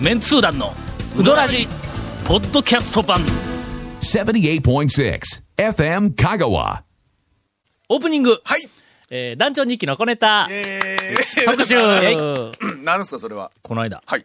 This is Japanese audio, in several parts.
メンツー団のウドラジポッドキャスト版78.6 FM Kagawa. オープニング、はい。えー団長日記の小ネタえ 特集ー、何ですか、それは。この間はい。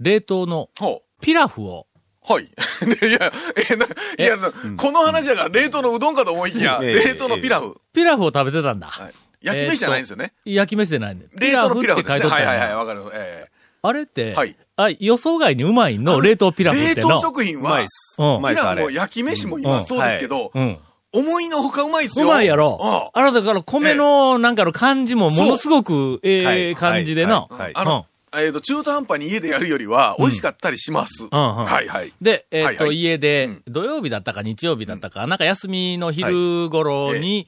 冷凍のほピラフをう。はい。 でいや、えな、いや、なこの話だから、冷凍のうどんかと思いきや、ええ冷凍のピラフ。ピラフを食べてたんだ、はい焼き飯じゃないんですよね。焼き飯でないんで冷凍のピラフっでて書いすとね。ったんはいやはいはい、わかる。えあれって、はいあ予想外にうまいの冷凍ピえラフっ冷ての凍食品うまはいっ、す。うんうまいピっす、ラあフれも。焼き飯もう今んそうですけどう、ん思いのほかうまいですうよ。まいやろうん。あなたから米のなんかの感じもものすごくはええい感じでの。はいはいあの、えっと、中途半端に家でやるよりは、美味しかったりします。うんうんはいはい。で、えーっはいはと、い家でうん、土曜日だったか日曜日だったか、なんか休みの昼頃に、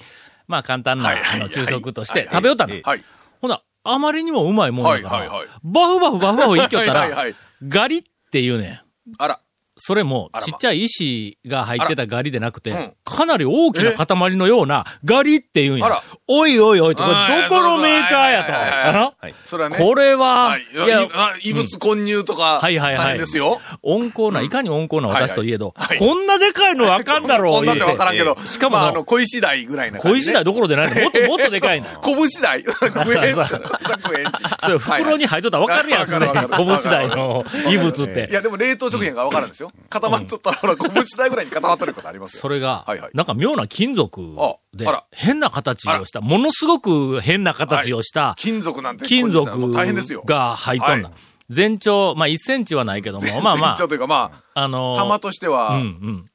まあ簡単なはいあはいのはい昼食としてはいはい食べよったんだえ。はい。ほな、あまりにもうまいもんだかはいはいらはい、バフバフバフバフいきよったはいはいはらい、ガリって言うねん。あら。それもあ、らまちっちゃい石が入ってたガリでなくあらうてん、かなり大きな塊のようなガリって言うんやあら。おいおいおいと、こあれどーこのメーカーやと。はいはいはいはいあはいそれはのね。これは、はい。いいややい、あ異物混入とか、はいはいはい大変ですよ。温厚な、いかに温厚な私といえど、はいはいこんなでかいのわかんだろこう、んなんで言う分てからんけど。しかもまあ、なあの、小石台ぐらいな感小じ、石ね。台どころでないの。もっともっとでかいの。小石台。食 えんそうちそゃうう食えんちそれ袋に入っとったらわかるやん、はいすはいでわに。かるわかるわ拳かる台の異物っいて。や、でも冷凍食品が分からんですよ。固まっとったら、ほら、拳台ぐらいに固まってることありますよ。それがはいはい、なんか妙な金属でああら、変な形をした、ものすごく変な形をした、金属なんて。金属もう大変ですよ。が入っとんだはい。全長、まあ1センチはないけども、まあま一応というか、まあ、あのー、あ、玉としては、うんうん。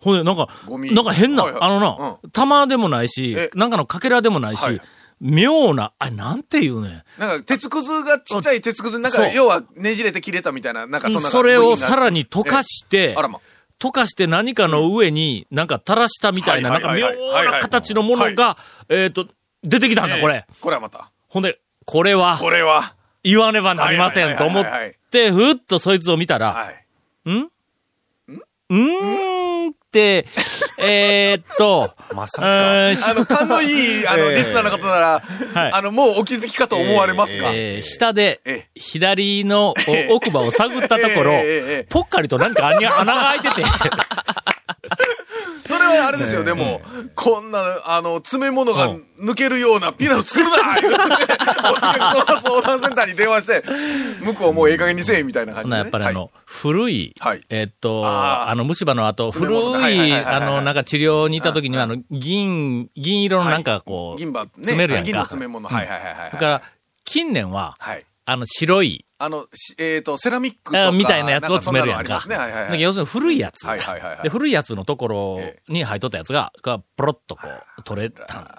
ほんで、なんか、ゴミなんか変な、はいはいあのな、玉でもないしえ、なんかのかけらでもないし、はい妙な、あ、なんていうね。なんか、鉄くずがちっちゃい鉄くず、なんかそう、要はねじれて切れたみたいな、なんかそんなそれをさらに、に溶かして、あらま。溶かして何かの上に、なんか垂らしたみたいな、なんはいかはい妙はいはいはいな形のものが、えっと、出てきたんだ、ええこれ。。これはまた。ほんで、これはこれは、言わねばなりませんと思っはいはいはいはいて、ふっとそいつを見たら、はい。うーんって、えーっ と、まさか。うーんあの、勘のいい、あの、ええリスナーの方なら、はいあの、もうお気づきかと思われますが、えー下でええ、左のお奥歯を探ったところええええええ、ぽっかりとなんか穴 が穴が開いてて、それはあれですよ、でも、こんな、あの、詰め物がうん抜けるようなピラフ作る な言うてお客様相談センターに電話して、向こうもうええ加減にせえ、みたいな感ほじなで、やっね。ぱりあの、古いはい、えっと、あーあの、虫歯の後、爪古物のはいはいい、はいはいあの、なんか治療に行った時には、あの、銀、銀色のなんかこはう、い銀歯ね、詰めるやん銀のか。詰め物、はいはいはいはい。だから、近年は、はい。あの、白い、あの、しえっ、と、セラミックとあか。みたいなやつを詰めるやんなか。そなのありますね、はいはいだはけどい。要するに古いやつ。はいはいはいはいで、古いやつのところに入っとったやつが、がポロッとこう、取れたん。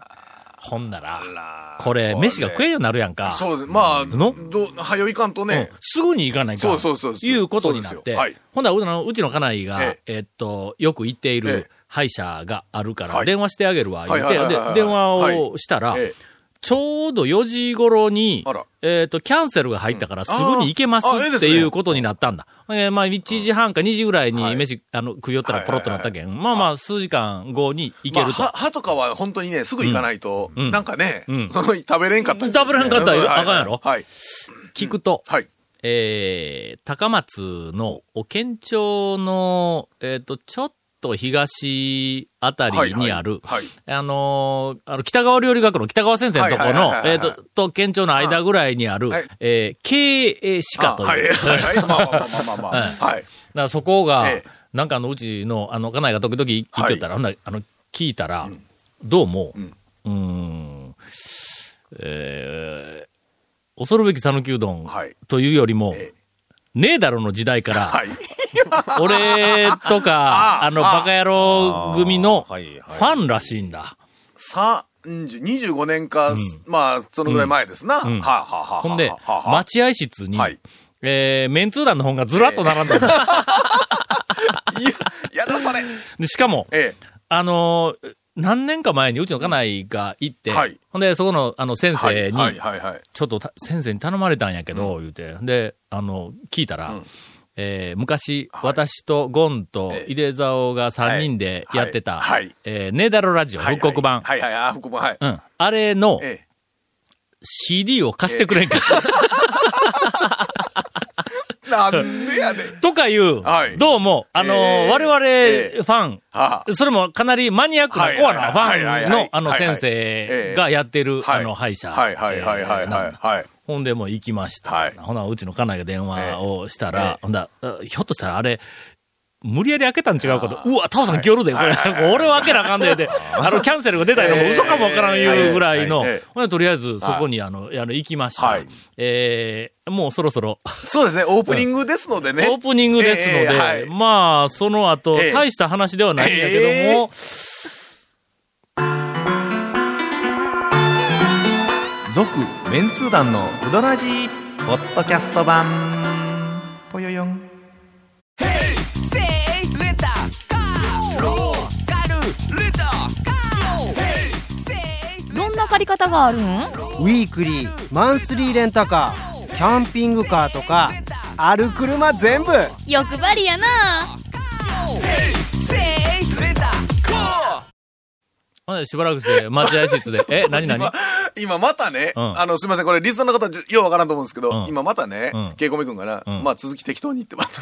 ほんなら、これ、飯が食えんようになるやんか。そうです。まあ、のど、はよいかんとうんね、すぐに行かないかそうそうそうそういうことになっそうでて、すよはいほんならうちのうちの家内が、ええっと、よく行っていえるえ歯医者があるから、はい電話してあげるわ、言っはいて、はいはいではいはい、電話をしたら、ええちょうど4時頃にあら、えっ、と、キャンセルが入ったからすあーぐに行けますあいいですっねていうことになったんだ。えーまあ、1時半か2時ぐらいにはい飯、あの、食い寄ったらポロッとなったけん。まあまあ、数時間後に行まけあ、ると。歯歯とかは本当にね、すぐ行かないと、うんなんかね、うんその食べれんかったりする食べれんかったらそうはいあかんやろはい。聞くと、はい。えー高松の、お県庁の、えっ、と、ちょっと東あたりにある、はいはいあのーあの、北川料理学の北川先生のとこのは、いはいはいはいえっ、と、と県庁の間ぐらいにある、はいえー経営歯科という。あはいはいはい。まあま あまあまあまあまあ。はだかい。らそこが、ええなんかあのうちの、あの、家内が時々言ってたら、ほんならあの、聞いたら、どうも、うんん、ーん、えー、恐るべき讃岐うどんはいというよりも、ええねえだろの時代から、 はい。俺とか、ああの、バカ野郎組のフあーはいはいァンらしいんだ。 30 25年か、まあ、そのぐらい前ですな。はんあはあはあほんではあは、あ待合室にはい、えー、メンツー団の本がずらっと並んでる。 いや、やだそれ。でしかも、えあのー、何年か前にうちの家内が行って、はいほんで、そこの、あの、先え。生に、はいはいはいはい。ちょっとた先生に頼まれたんやけど、言うて、で、あの、聞いたら、えー昔、はい私とゴンとええ井出沢が3人でやってた、はいはいえーねえだろラジオ、復刻版。はいはいはい、あ復刻版。はい。うん。あれのえ CD を貸してくれんか。なんでやねん。とかいう、はいどうも、あのーえー我々えファン、はあそれもかなりマニアックなはいコアなフはいはいァンはいはいの、あの、はいはい先生がやってる、あの、歯医者。はいはいはいはいえーなはん。いはい。ほんでもう行きました。はいほな、うちの家内が電話をしたえら、えほんだ、あひょっとしたらあれ、無理やり開けたん違うかと。うわ、タオさんはい来よるで、これ。はいはいはい 俺は開けなあかんで、で。あの、キャンセルが出たのもええ嘘かもわからんいうぐらいのはいはいはいええ。ほんで、とりあえず、そこに、あの、あの、行きました。はいえーもうそろそろ、そうですね、オープニングですのでね。オープニングですので、ええはいまあ、その後、ええ大した話ではないんだけども、続メンツー団のウドラジーポッドキャスト版ぽよよんどんな借り方があるんウィークリーマンスリーレンタカーキャンピングカーとかある車全部欲張りやなほんでしばらくして、待合 室で、え、何何今、今またね、うんあの、すみません、これ、リスナーの方、ようわからんと思うんですけど、うん今またねうん、ケイコミ君がな、うんまあ、続き適当に言ってます。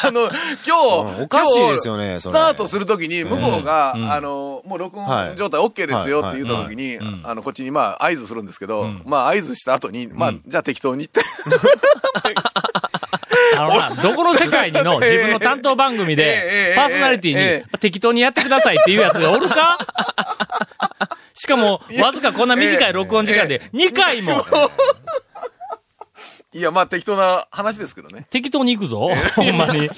あの、今日、うんおかしいですよね今日スそタれートするときに、向こうが、あの、もう録は音い状態 OK ですよって言ったとはきに、いはいうんあの、こっちにまあ、合図するんですけど、んまあ、合図した後に、まあ、じゃあ適当にって。あのな、どこの世界に のええ自分の担当番組えでえ、パーソナリテえィえに適当にやってくださいっていうやつがおるかしかも、わずかこんな短い録音時間で、2回も いや、まあ、適当な話ですけどね。適当に行くぞ、ほんまに。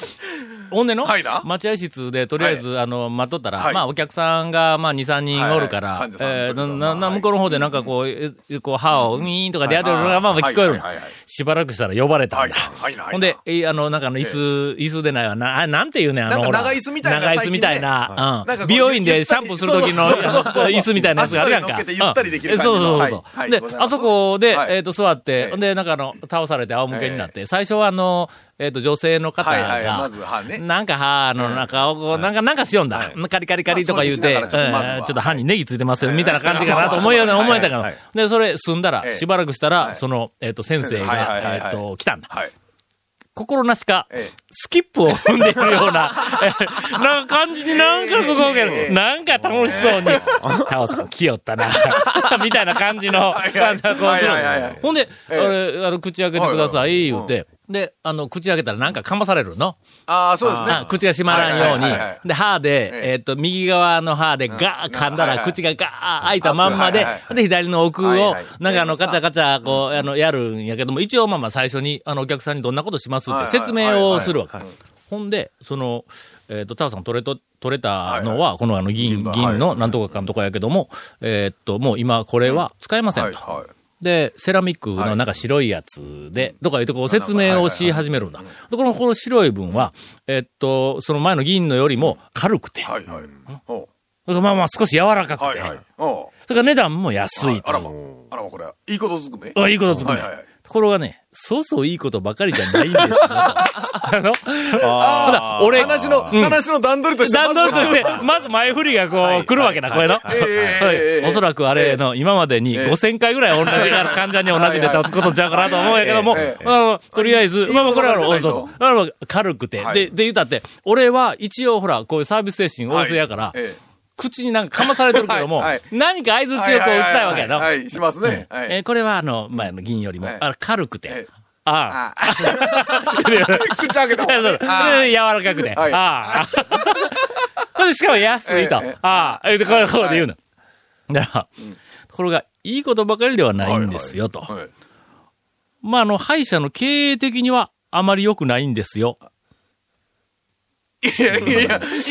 ほんでの、はいな待合室でとりあえず、あの、待っとったら、はいまあお客さんが、まあ2、3人おるから、はいはい患者さんえーとかなななはい向こうの方でなんかこう、えこう歯をウィーンとかでやってるのが、まあまあ聞こえるの、はいはいはいはいしばらくしたら呼ばれたんだ。はいはいはいはいほんで、えーあの、なんかあの、椅子、椅子でないわ。な、あなんていうねん、あの、なんかほら長椅子みたいな長椅子みたいな。最うん。近ねはい美容院でシャンプーする時のそうそうそうそう 椅子みたいなやつがあるやんか。足首に乗っけてゆったりできる感じうんのそうそうそうそう。はいはでいござい、まあすそこで、はいえっ、と、座って、ええで、なんかあの、倒されて仰向けになって、最初はあの、えっ、と、女性の方が、はいはいまずはねなんか歯の中をこう、なんか、なんかしよんだ。カリカリカリとか言うて、まあ掃除しながらちょっとまずはうんちょっと歯にネギついてますよ、みたいな感じかなと思うような思えたから。で、それ済んだら、ええしばらくしたら、はいその、えっ、と、先生が、はいはいはいえはっ、いと、来たんだ。はい。心なしか、ええスキップを踏んでいるような、 えなんか感じになんかここええなんか楽しそうに、タオさん来よったな、 みたいな感じの、はい感じがこうするはいはいはいほんで、ええあれあの、口開けてください、はい言はういて、で、あの、口開けたらなんかかまされるのああ、そうですね。あ口が閉まらんように。はいはいはいはいで、歯で、えええっ、と、右側の歯でガーうん噛んだはら、いはい口がガー開いたまんまではいはい、はいで、左の奥を、はいはいなんかあの、やりましたガチャガチャ、こう、あの、やるんやけども、一応まあまあ最初に、あの、お客さんにどんなことしますっはいてはい説明をするわけはいはい。ほんで、その、えっ、と、タオさん取れと、取れたのは、このあの、議員、議員のなんとかかんとかやけども、えっと、もう今これは使えませはんいと。はい。で、セラミックのなんか白いやつで、とかいうとこう説明をし始めるんだ。ところがこの白い分は、えっと、その前の銀のよりも軽くて、はいはい。おうまあまあ少し柔らかくはて、いはい。おうそれから値段も安いと。あらま、あらま、これ。いいことずくね。あいいことつくねはいはいはいところがね、そうそういいことばかりじゃないんです よ。あの、ただ、俺、話の、うん話の段取りとして。段取りとしてま、まず前振りがこう、来るわけだ、これの。ええおそらくあれの、今までに5000回ぐらい同じ患者に同じネタをつくことちゃうかなと思うんやけどもええ、まあとりあえず、いいまあまあこれは、いいそうことそうまあまあ軽くて。はいで、で言うたって、俺は一応ほら、こういうサービス精神旺盛やからず、え口になんかかまされてるけどもはいはい、何か合図え中こう打ちたいわけやな。はいはいはいはい、しますね。はえーい。これはあの、前の銀よりもはい、あの軽くてええ。ああ。あ 口開けたもんそうね。あで柔らかくて。はいあ あ。で、しかも安いと。ええええああ。え、でこう、こうで言うの。だから、ところが、いいことばかりではないんですよ、と。はいまあ、あの、歯医者の経営的には、あまり良くないんですよ。いやいやいや、いや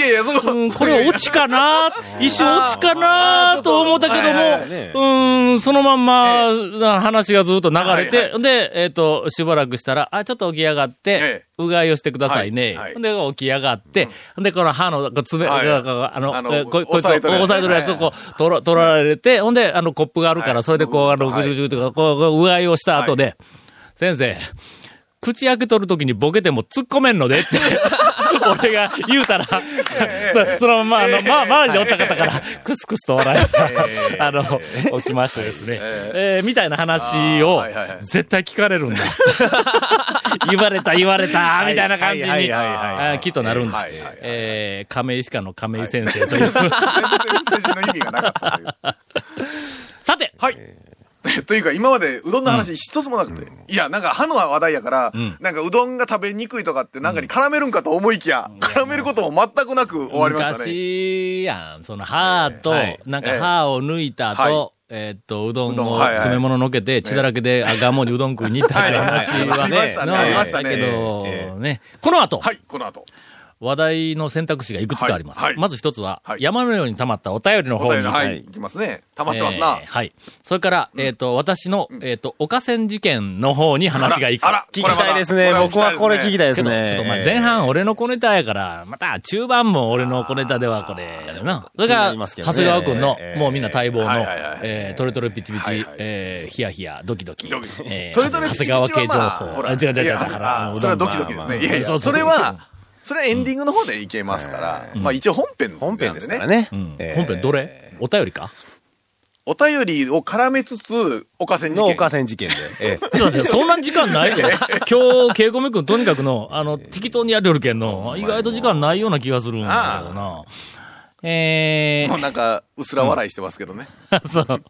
いや、そこ、うんこれはオチか な一瞬オチかなと思ったけはいはいはいども、うん、そのまんま、話がずっと流れはてい、で、えっと、しばらくしたら、あ、ちょっと起き上がってええ、うがいをしてくださいねはいは。いで、起き上がって、で、この歯の、こう爪、はいああの、のえここいつを押さえとるやつね押さえとるやつをこう、取ら取られて、ほんで、あの、コップがあるから、はいそれでこう、あの、はぐいじゅぐじゅとか、こうこう、うがいをした 後で、先生、口開けとるときにボケても突っ込めんのでって。俺が言うたら、そそのまま、あの、まあ、周りにおった方から、クスクスと笑いが、あの、起きましてですね。えーみたいな話をあーはいはいはい、絶対聞かれる んだ。言われた、言われた、みたいな感じに、はいはいはいはいあーきっとなるんだはいはいはい。えー亀井歯科の亀井先生という。全然政治の意味がなかったという。さて、はい。 というか、今までうどんの話一つもなくて。いや、なんか歯の話題やから、なんかうどんが食べにくいとかってなんかに絡めるんかと思いきや、絡めることも全くなく終わりましたね。昔やん、その歯と、はいなんえかえ歯を抜いたはい後、えーっと、うどうんどんをはいはい詰め物のけて、血だらけで、あ、ガモにうどん食いに行ったって話あはりね、ましたね。なありまあしただけね。ど、ね、この後、はい、この後。話題の選択肢がいくつかあります。はいはいまず一つは、はい山のように溜まったお便りのお方便にり、はい、いきますね。溜まってますなえー。はい。それから、えっ、と、私の、えっ、と、岡川事件の方に話がいく。あら、聞きたいですね。僕はこれ聞きたい。たけいですど、ね。ちょっと前前半俺の小ネタやから、また中盤も俺の小ネタではこれ、な。それ気にかなら、りますけど長ね谷川くんのえ、ーもうみんな待望のはいはいはい、えートレトレピチピチはいはい、えーヒヤヒヤ、ドキドキドキド、キえートレトレピチピチは長谷川まあ系ほ情報。らあ違う違う違ういやだから、あのそれはうどんドはキドキですね。いそやいうや、そうそれは、それはエンディングの方でいけますから、まあ一応本編本な編んでですすからね。ね。うんえー本編どれお便りかお便りを絡めつつ、おかせに事の件。おかせん事件で。えちょっと待ってそんな時間ないぞ。今日、ケイコミ君とにかくの、あの、適当にやりよるけんの、意外と時間ないような気がするんですけどな。えもうなんか、うすら笑いしてますけどね。ー、 そう。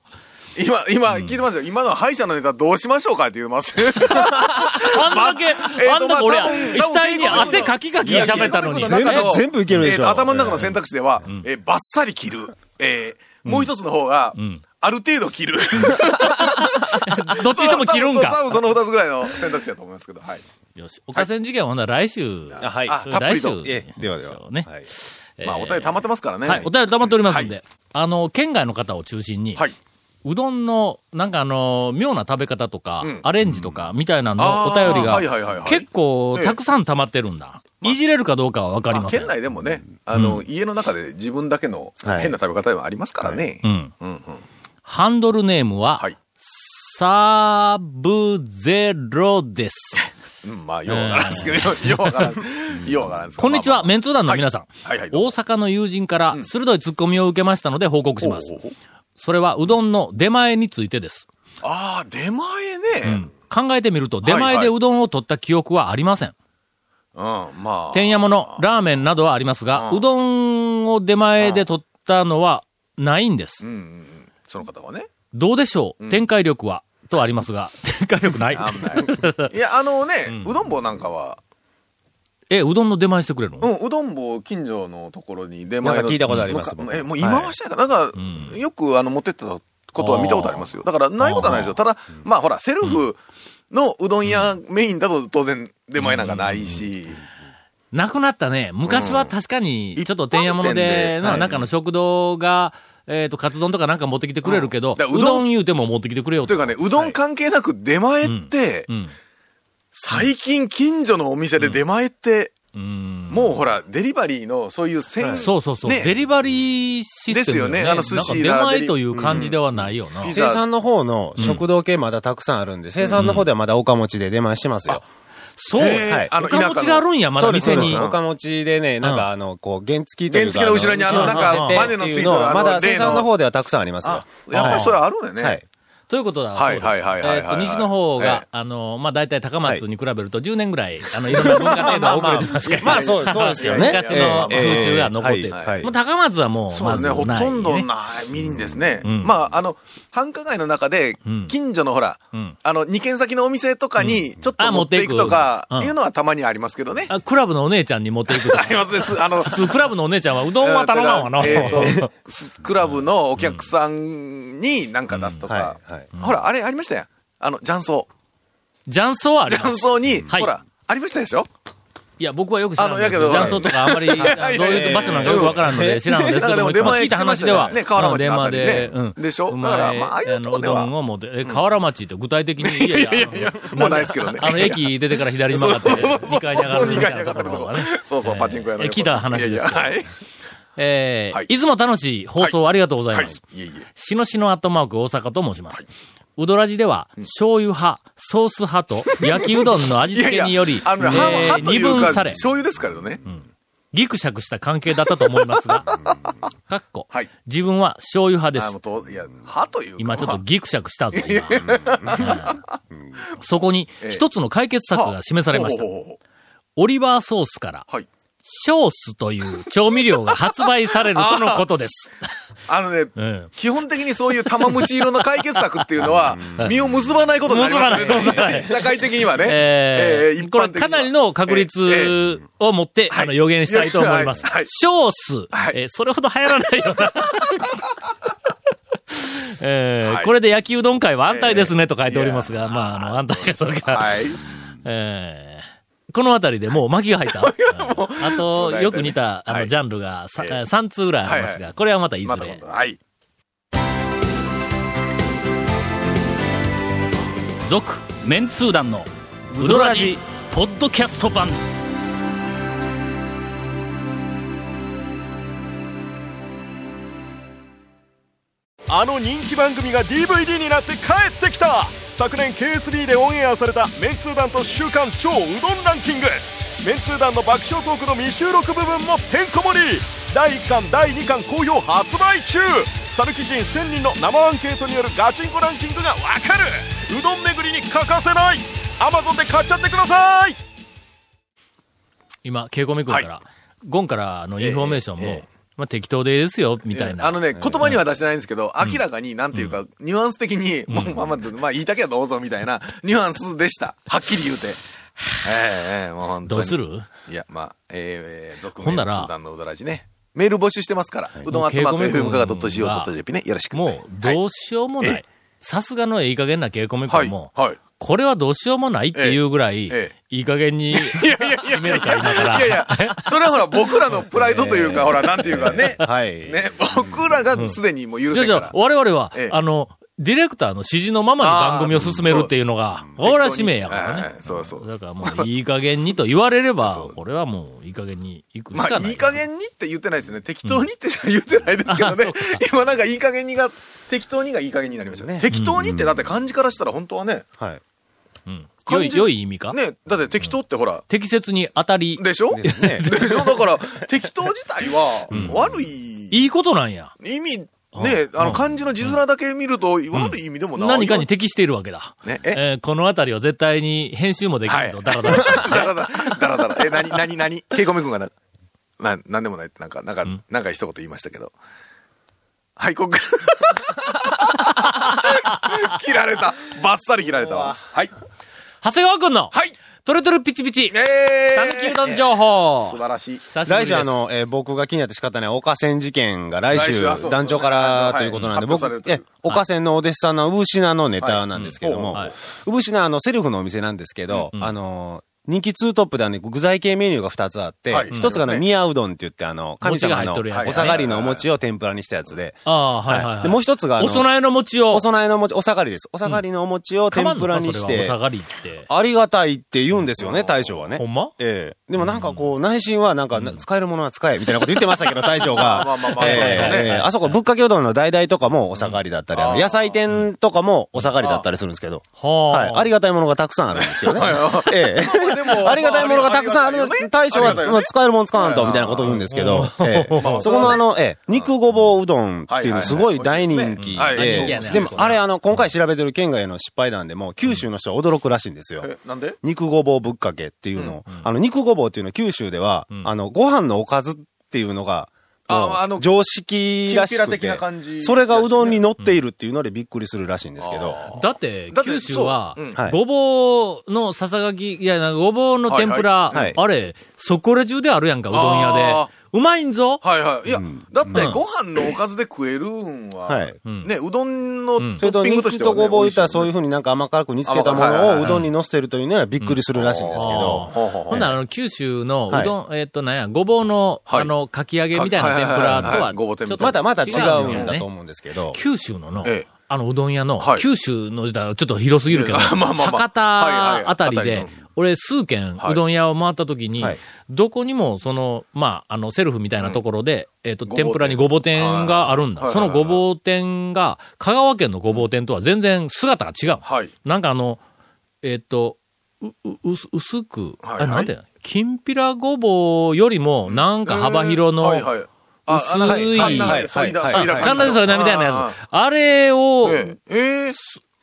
今、今、聞いてますよ。今の歯医者のネタどうしましょうかって言 います。あんだけ、えーとあんだけ俺まあ多分、額に汗かきかき喋ったのいにや。いや全部全部いけるでしょえーと頭の中の選択肢では、えーバッサリ切る。えーもう一つの方が、ある程度切る。どっちにしても切るんか。そう 多分多分その二つぐらいの選択肢だと思いますけど。はい。よし。おかせん事件はほんなら来週。えあはい。あたっぷ来り週と。ええではでは。ねはいまあ、お便り溜まってますからね。はい、お便り溜まっておりますんで。あの、県外の方を中心に、はいうどんの、なんかあの、妙な食べ方とかん、アレンジとか、みたいなのあおー便りはいはいはいがは、い結構ええたくさん溜まってるんだ。いじれるかどうかはわかりままあせん県。内でもね、あの、家の中で自分だけのはい変な食べ方でもありますからね。うん。うんうん。ハンドルネームははい、サブゼロです。うんまあ、ようわからんですけど、ようわからん。ようわからんですけど こんにちまは、あまあメンツー団の皆さん。はいはいはいどう大も阪の友人から鋭いツッコミを受けましたので報告します。おうおうおうそれはうどんの出前についてです。ああ、出前ね。考えてみると、出前でうどんを取った記憶はありません。うん、まあ。天山のラーメンなどはありますが、うんうどんを出前で取ったのはないんでうす。んうんうん。その方はね。どうでしょう展開力はとありますが、展開力ない。あんまりいや、あのね、うどん坊なんかは、 え、うどんの出前してくれるのうん、うどん坊近所のところに出前のなんか聞いたことありますもう僕え、もう今はしてないか、なんか、よくあの、持ってったことは見たことありますよ。だから、ないことはないですよ。ただ、まあほら、セルフのうどん屋メインだと当然出前なんかないし、なくなったね。昔は確かに、うんちょっと天山の一般店で、でなはいなんかの食堂が、えっ、と、カツ丼とかなんか持ってきてくれるけど、うんだうからうどんどん言うても持ってきてくれよといと。うかね、うどん関係なく出前って、うん。最近近所のお店で出前って、うん。もうほら、デリバリーのそういう専、そうそうそう、ねデリバリーシステムよ、ね。ですよねあの寿司なだんか出デ前リという感じではないよな。うん生産の方の食堂系まだたくさんあるんで、生産の方ではまだ岡持ちで出前してますよ。そう、へーはいあのお金持ちがあるんや、まだそうです店に。そうですあ岡持ちでね、なんかあの、こう、原付きというか。原付の後ろにあのなんか後ろにあバるネのついてるってうのはあのまだ例の生産の方ではたくさんありますよあ。、やっぱりそれあるんよね。はい。ということだ。はいはいはいはいはいえっ、と、西の方がええ、あの、まあ、大体高松に比べると10年ぐらい、あの、いろんな文化 程度は遅れてますけど。まあそうそうですけどね。昔の風習が残ってえる。えはいはいもう高松はもう、そうまですずね、ない、ほとんどねない、みりんですね。んまあ、あの、繁華街の中でん、近所のほら、んあの、二軒先のお店とかに、ちょっあと持っていくとか持っ、ていくうんいうのはたまにありますけどね。あクラブのお姉ちゃんに持っていくとか ありますです。あの、普通、クラブのお姉ちゃんはうどんは頼まんわな。えっと、すクラブのお客さんになんか出すとかうんはいはい。ほら、あれありましたやん。あの、雀荘。 雀荘はありま雀す。荘に、はいほら、ありましたでしょいや、僕はよく知らないんですけど、あのや雀荘けどとかあんまり、あの いどういう場所なんかよくわからんので、知らんのですけども、なんかでもまあ聞いた出前話では、ね河原町のあたりねうん出前うんでしょうまいだからまあああいうとこではあのうどんを持って、え、河原町って具体的に、いやいや、もうないですけどね。あの、駅出てから左に曲がって、2階に上がるみ2た階いなに上がってとことるろこはね。。そうそう、パチンコ屋のえ横。ー聞いた話ですけどいやいやはい。えはいー、いつも楽しい放送ありがとうございはいます。。いえいえ。しのしのアットマーク大阪と申します。うどらじでは、醤油派、ソース派と、焼きうどんの味いや付け いやにより、えあのね、歯は歯ーとい二う分か、され、醤油ですからね。ギクシャクした関係だったと思います が、かっこ、はい自分は醤油派であすもう。と、いや、歯というか。今ちょっまとあギクシャク したぞ、今。うんそこに一つの解決策が示されましたほう。ほうほうほオリバーソースから、うはい。ショースという調味料が発売されるとのことです。 あのね、うん。基本的にそういう玉虫色の解決策っていう のは、身を結ばないことになりますね。結ばない結ば社会的にはね。えー一こ般れ的にはかなりの確ええ率を持って、はいあの予言したいと思います。はいはい少数、はいえーそれほど流行らないよな。 えーはいこれで焼きうどん会は安泰ですねと書いておりますが、まあ、あの、安泰かどうか、はい。えーこの辺りでもう巻きが入っ た。あもう大と、体ねよく似た、あはの、いジャンルがさええ3通ぐらいありますはいはが、これはまたいずまた今れ度。はい。続、メンツー団の、ウドラジ、ポッドキャスト版。あの人気番組が DVD になって帰ってきた昨年 KSB でオンエアされた「メンツー団と週刊超うどんランキング」メンツー団の爆笑トークの未収録部分もてんこ盛り第1巻第2巻好評発売中サルキ人1000人の生アンケートによるガチンコランキングがわかるうどん巡りに欠かせない Amazon で買っちゃってください今、稽古めくるから、ゴンからのインフォメーションも、まあ、適当でですよ、みたいな。あのね、言葉には出してないんですけど、明らかに、なんていうか、ニュアンス的に、もうまあまあ、まあ言いたきゃどうぞみた いな、ニュアンスでした。はっきり言うて。ええええもう本ど当に。うするいや、まあ、ええええ続ほん面なら通談のうどらじね。メール募集してますから、うどんあったまくもう稽古 FM メかーがルも .co.jp ね、よろしく。もう、どうしようもなはいい。さすがのいい加減な稽古めくはるい。も、はい。これはどうしようもないっていうぐらい、ええいい加減 に、いやいやいやいやいやいやいや、それはほら、僕らのプライドという か、ほら、なんていうかね。はい。ね、僕らがすでにもうじ許ゃせあんじゃかあ我ら、。々は、ええあの、ディレクターの指示のままに番組を進めるっていうのが、俺は使命やからはいね。はいそうそう。だからもう、いい加減にと言われれば、これはもう、いい加減に行くしまかない。あ、いい加減にって言ってないですよね。適当にって言ってないですけどね。今なんかいい加減にが、適当にがいい加減になりましたね。適当にってだって漢字からしたら本当はね、はい。うん。良感い、じ良い意味かね、だって適当ってほら、適切に当たり、でしょでで すね。しょだから、適当自体は悪いいいことなんや。意味、ねうん、うあんの漢字の字面だけ見ると悪い意味でもない。何かに適しているわけだ。ね、ええ、ーこのあたりは絶対に編集もできないぞ、はいだ らだ ら。だらだら、だらだら、え、なになになにケイコメ君がな、な、なんでもないって、なんか、なんか、なんか一言言いましたけど。はい、こっから。 切られた。バッサリ切られたわ。はい。長谷川くんの、はい。トレトルピチピチ、えたぬきうー、どん情報素。晴らしい。久しぶりで来す。週あの、えー僕が気になって仕方ない岡線事件が来来週週はそう団長かはらいということなんで、はい発表僕される、といえう、岡線のお弟子さんのウブシナのネタなんですけどもはいうん、ウブシナあのセルフのお店なんですけど、あの、人気ツートップであの具材系メニューが2つあってはい、 1つがあうのん宮うどんって言ってあの、神餅様が入のっとるやつお下がりのお餅を天ぷらにしたやつで、ああ、はいはい、ははいい。でもう一つがあのお供えの餅を、お供えのお餅、お下がりです。お下がりのお餅を天ぷらにし噛まんのかそてれは、お下がりって。ありがたいって言うんですよね、大将はね。ほんまええでもなんかこう、内心はなんか、使えるものは使え、みたいなこと言ってましたけど、大将が。まあまあまあそうでええしょうねええあそこ、ぶっかけうどんの代々とかもお下がりだったり、あの野菜店とかもお下がりだったりするんですけど。はあ、はい。ありがたいものがたくさんあるんですけどね。え まあでえ。もありがたいものがたくさんあるのありがたいよねに、大将あはりがたいよねまあ使えるもの使わんと、みたいなことを言うんですけど、ええそこのあの、ええ、肉ごぼううどんっていうのすごい大人気はいはいはい美で味しいですねはい、でもあれあの、今回調べてる県外の失敗談でも、九州の人は驚くらしいんですよ。え、なんで肉ごぼうぶっかけっていうのを、あの、肉ごぼうっていうのは九州では、あの、ご飯のおかずっていうのが、あもうあの常識らしきんぴくら的てな感じそれがうどんに乗っているっていうのでびっくりするらしいんですけど、だってだ、って九州はそううんは、いごぼうのささがき、いや、なんかごぼうの天ぷら、はいはいはいあれ、そこら中であるやんか、うどん屋あで。うまいんぞ。はいはい。いや、だってうんご飯のおかずで食えるんはは、い。うんね、うどんのんそトれッとピングと肉してとはね。ごぼういったらそういううふうになんか甘辛く煮つけたもあはいはいのはをいうどんに乗せてるというのはびっくりするらしいんですけど、ほんなら、あの、九州のうはいどん、えっと、なんや、ごぼうの、はいあの、かき揚げみたいな天ぷらとはいはいはいは、はいごぼう天ぷらちょっとまたまた違よねうんだと思うんですけど、九州のの、ええあの、うどん屋の、はい九州の、だちょっと広すぎるけど、ええまあまあ博まあはい多はいあたりあたでりの、俺、数軒、はいうどん屋を回った時に、はいどこにも、その、まあ、あの、セルフみたいなところで、えっ、と、ごぼう天天ぷらにごぼう店があるんだ。はいそのごぼう店が、香川県のごぼう店とは全然姿が違う。はい。なんかあの、えっ、と、う、う、薄薄く、はいはいあ、なんて、きんぴらごぼうよりも、なんか幅広の、はいはい。あ、あ薄い簡単で、そいだ、あそいだ。簡単ですよね、みたいなやつ。つ。あれを、ええええ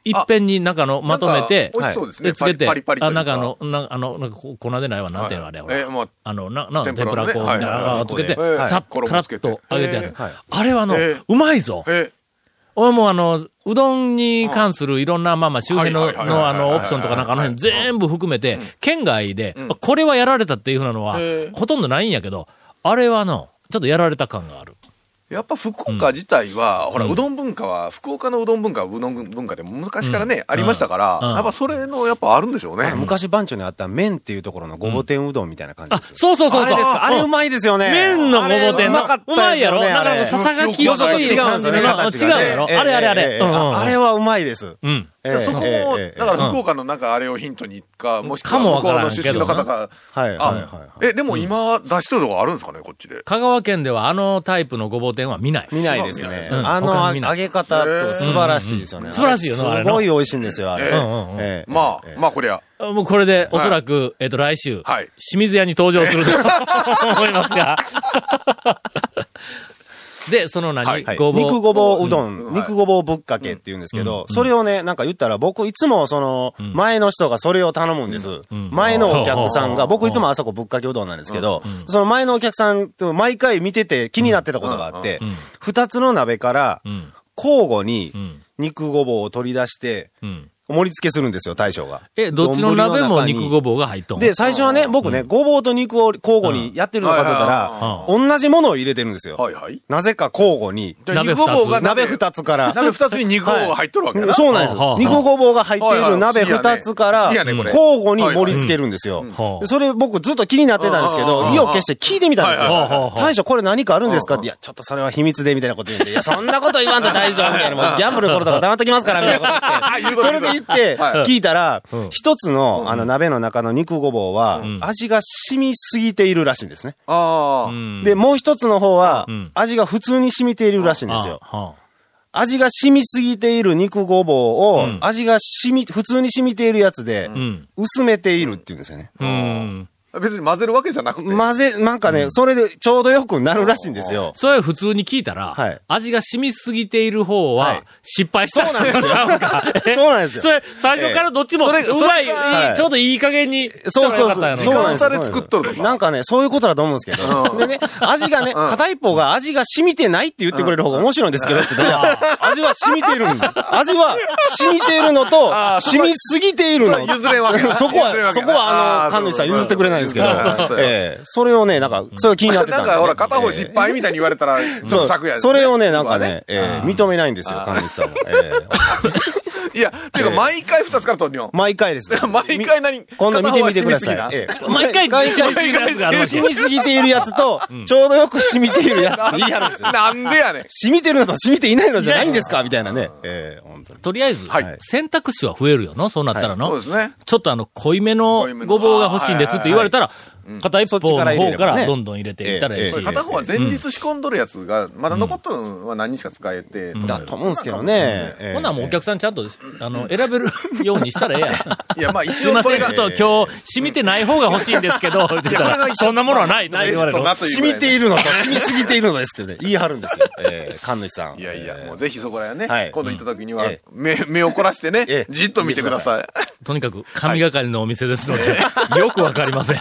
いっぺんになんかあの、まとめて、美味しそうですね。つけて、パリパリパリといあ、うかなんかあの、なんかあの、なんかこ粉でないわ、なんていうのあれ、ほええら。まあ、あの、な、な、天天ぷぷらら粉のみねたいなのをつけて、はいはいはいさっ衣カラつッけてと揚げてやるえ。あれはのええ、うまいぞ。え俺もあの、うどんに関するいろんな、まあまあ周辺の、はいはいはいはいのあの、オプションとかなんかあの辺全部含めて、県外で、これはやられたっていうふうなのはえ、えほとんどないんやけど、あれはの、ちょっとやられた感がある。やっぱ福岡自体は、ほら、うんうどん文化は、福岡のうどん文化はうどん文化で昔からね、ありましたから、うんやっぱそれの、やっぱあるんでしょうね。昔番長にあった麺っていうところのごぼ天うどんみたいな感じあ、ですよ。そうそうそうそう。あれですかあれうまいですよね。麺のごぼ天あれのうまかっ。うたまでいすやろよねなんあかれもうささがきよそと違うっんでてすいうよね感じの、違う形がねやろあれあれあえええれ。えうんうんうんあれはうまいです。うん。えじゃえあそこも、だから福岡のなんかあれをヒントにか、もしくかはもわ向かこうらんのけどな出身の方が、はいはいあはいはい。え、でも今出しとるとこあるんですかね、こっちで。香川県ではあのタイプのごぼう天は見ない。見ないですね。うんあ他のに見ない揚げ方と素晴らしいですよね。うん素晴らしいよなあれすなごい美味しいんですよ、あれ。ええうんうんうんええまあ、まあこりゃ、もうこれで、おそらく、えっと、来週、はい清水屋に登場する と思いますが。 で、その何、はいはいごぼう。肉ごぼううどん、うん肉ごぼうぶっかけって言うんですけど、それをね、なんか言ったら僕いつもその、前の人がそれを頼むんです。ん前のお客さんうが、ん僕いつもあそこぶっかけうどんなんですけど、その前のお客さんと毎回見てて気になってたことがあってんうん、二、つの鍋からうん。交互にうん。肉ごぼうを取り出して、うん。盛り付けするんですよ、大将が。え、どっちの鍋も肉ごぼうが入っとんで、最初はね、僕ね、ごぼうと肉を交互にやってるのかと言ったら、同じものを入れてるんですよ。はいはい。なぜか交互に。じゃあ鍋肉ごぼうが鍋二つから。鍋二つに肉ごぼうが入っとるわけやな。そうなんですはあはあよ。肉ごぼうが入っていはいはるい鍋好きやね二つから、好きやねこれ交互に盛り付けるんですよ。はあでそれ僕ずっと気になってたんですけうんうんうんうど、ん意を決して聞いてみたんですはいはいはいはよい。大将これ何かあるんですかって、いや、ちょっとそれは秘密でみたいなこと言うんで、いや、そんなこと言わんと大丈夫みたいな、もうギャンブルの頃とか黙っときますからみたいなこと言って。あ、言うことそれではい言って、聞いたら、一つの、あの、鍋の中の肉ごぼうは、味が染みすぎているらしいんですね。ああ、うんで、もう一つの方はん、味が普通に染みているらしいんですよ。は味が染みすぎている肉ごぼうをん、味が染み、普通に染みているやつであ、うん。薄めているっていうんですよね。うん。別に混ぜるわけじゃなくて。混ぜ、なんかね、それでちょうどよくなるらしいんですよ。それ普通に聞いたら、はい味が染みすぎている方は、はい失敗した。そうなんですよ。ちゃうんか そうなんですよそれ、最初からどっちも、うえまえい、それそれいいはいちょうどいい加減に。そうそうしたらそよう。かったそんやろうなんですよ時間差で作っとるとかなんかね、そういうことだと思うんですけど。でね、味がね、片一方が味が染みてないって言ってくれる方が面白いんですけどって言ったら、味は染みているんだ。味は染みているのと、あーそこ染はみすぎているの。そう譲れんわけだそこ譲れんは、わけだそこはああーの、神主さん譲ってくれないんでそうすけどそうそう。ええそれをね、なんか、それが気になってたなんでかほら、片方失敗みたいに言われたら、ちょっそとう尺やでそれをね、なんかね、ええ認めないんですよ、神主さんも。ええいや、ていうか、毎回二つから取る よ。毎回です。 毎回何今度見てみてください片方は。染みすぎな ええ毎回、毎染回みすぎるやつがあるわけ染みすぎているやつと、ちょうどよく染みているやつ って言い張るんですよ。なんでやねん。染みてるのと染みていないのじゃないんですかみたいなね。ええ本当に。とりあえず、はい選択肢は増えるよの、そうなったらの。そうですね。ちょっとあの、濃いめの濃いめのごぼうが欲しいんですって言われたら、片一方の方からどんどん入れていったらいいそしっち。片方は前日仕込んどるやつが、まだ残っとるのは何日か使えて、とかだと思うんですけどね。ええほなもうお客さんちゃんと、あの、選べるようにしたら ええやん。いや、まあ 一すい応まこせれん、ちがょっ、と今日、染みてない方が欲しいんですけど、言ったこれがら一応そんなものはないとかベ言わスれトる。なというぐ染らいみているのと染みすぎているのですってね、言い張るんですよ。ええ神主さん。いやいやえ、えもうぜひそこらへんね、はい今度行った時にはええ、目、目を凝らしてえねえ、じっと見てください。とにかく、神がかりのお店ですので、よくわかりません。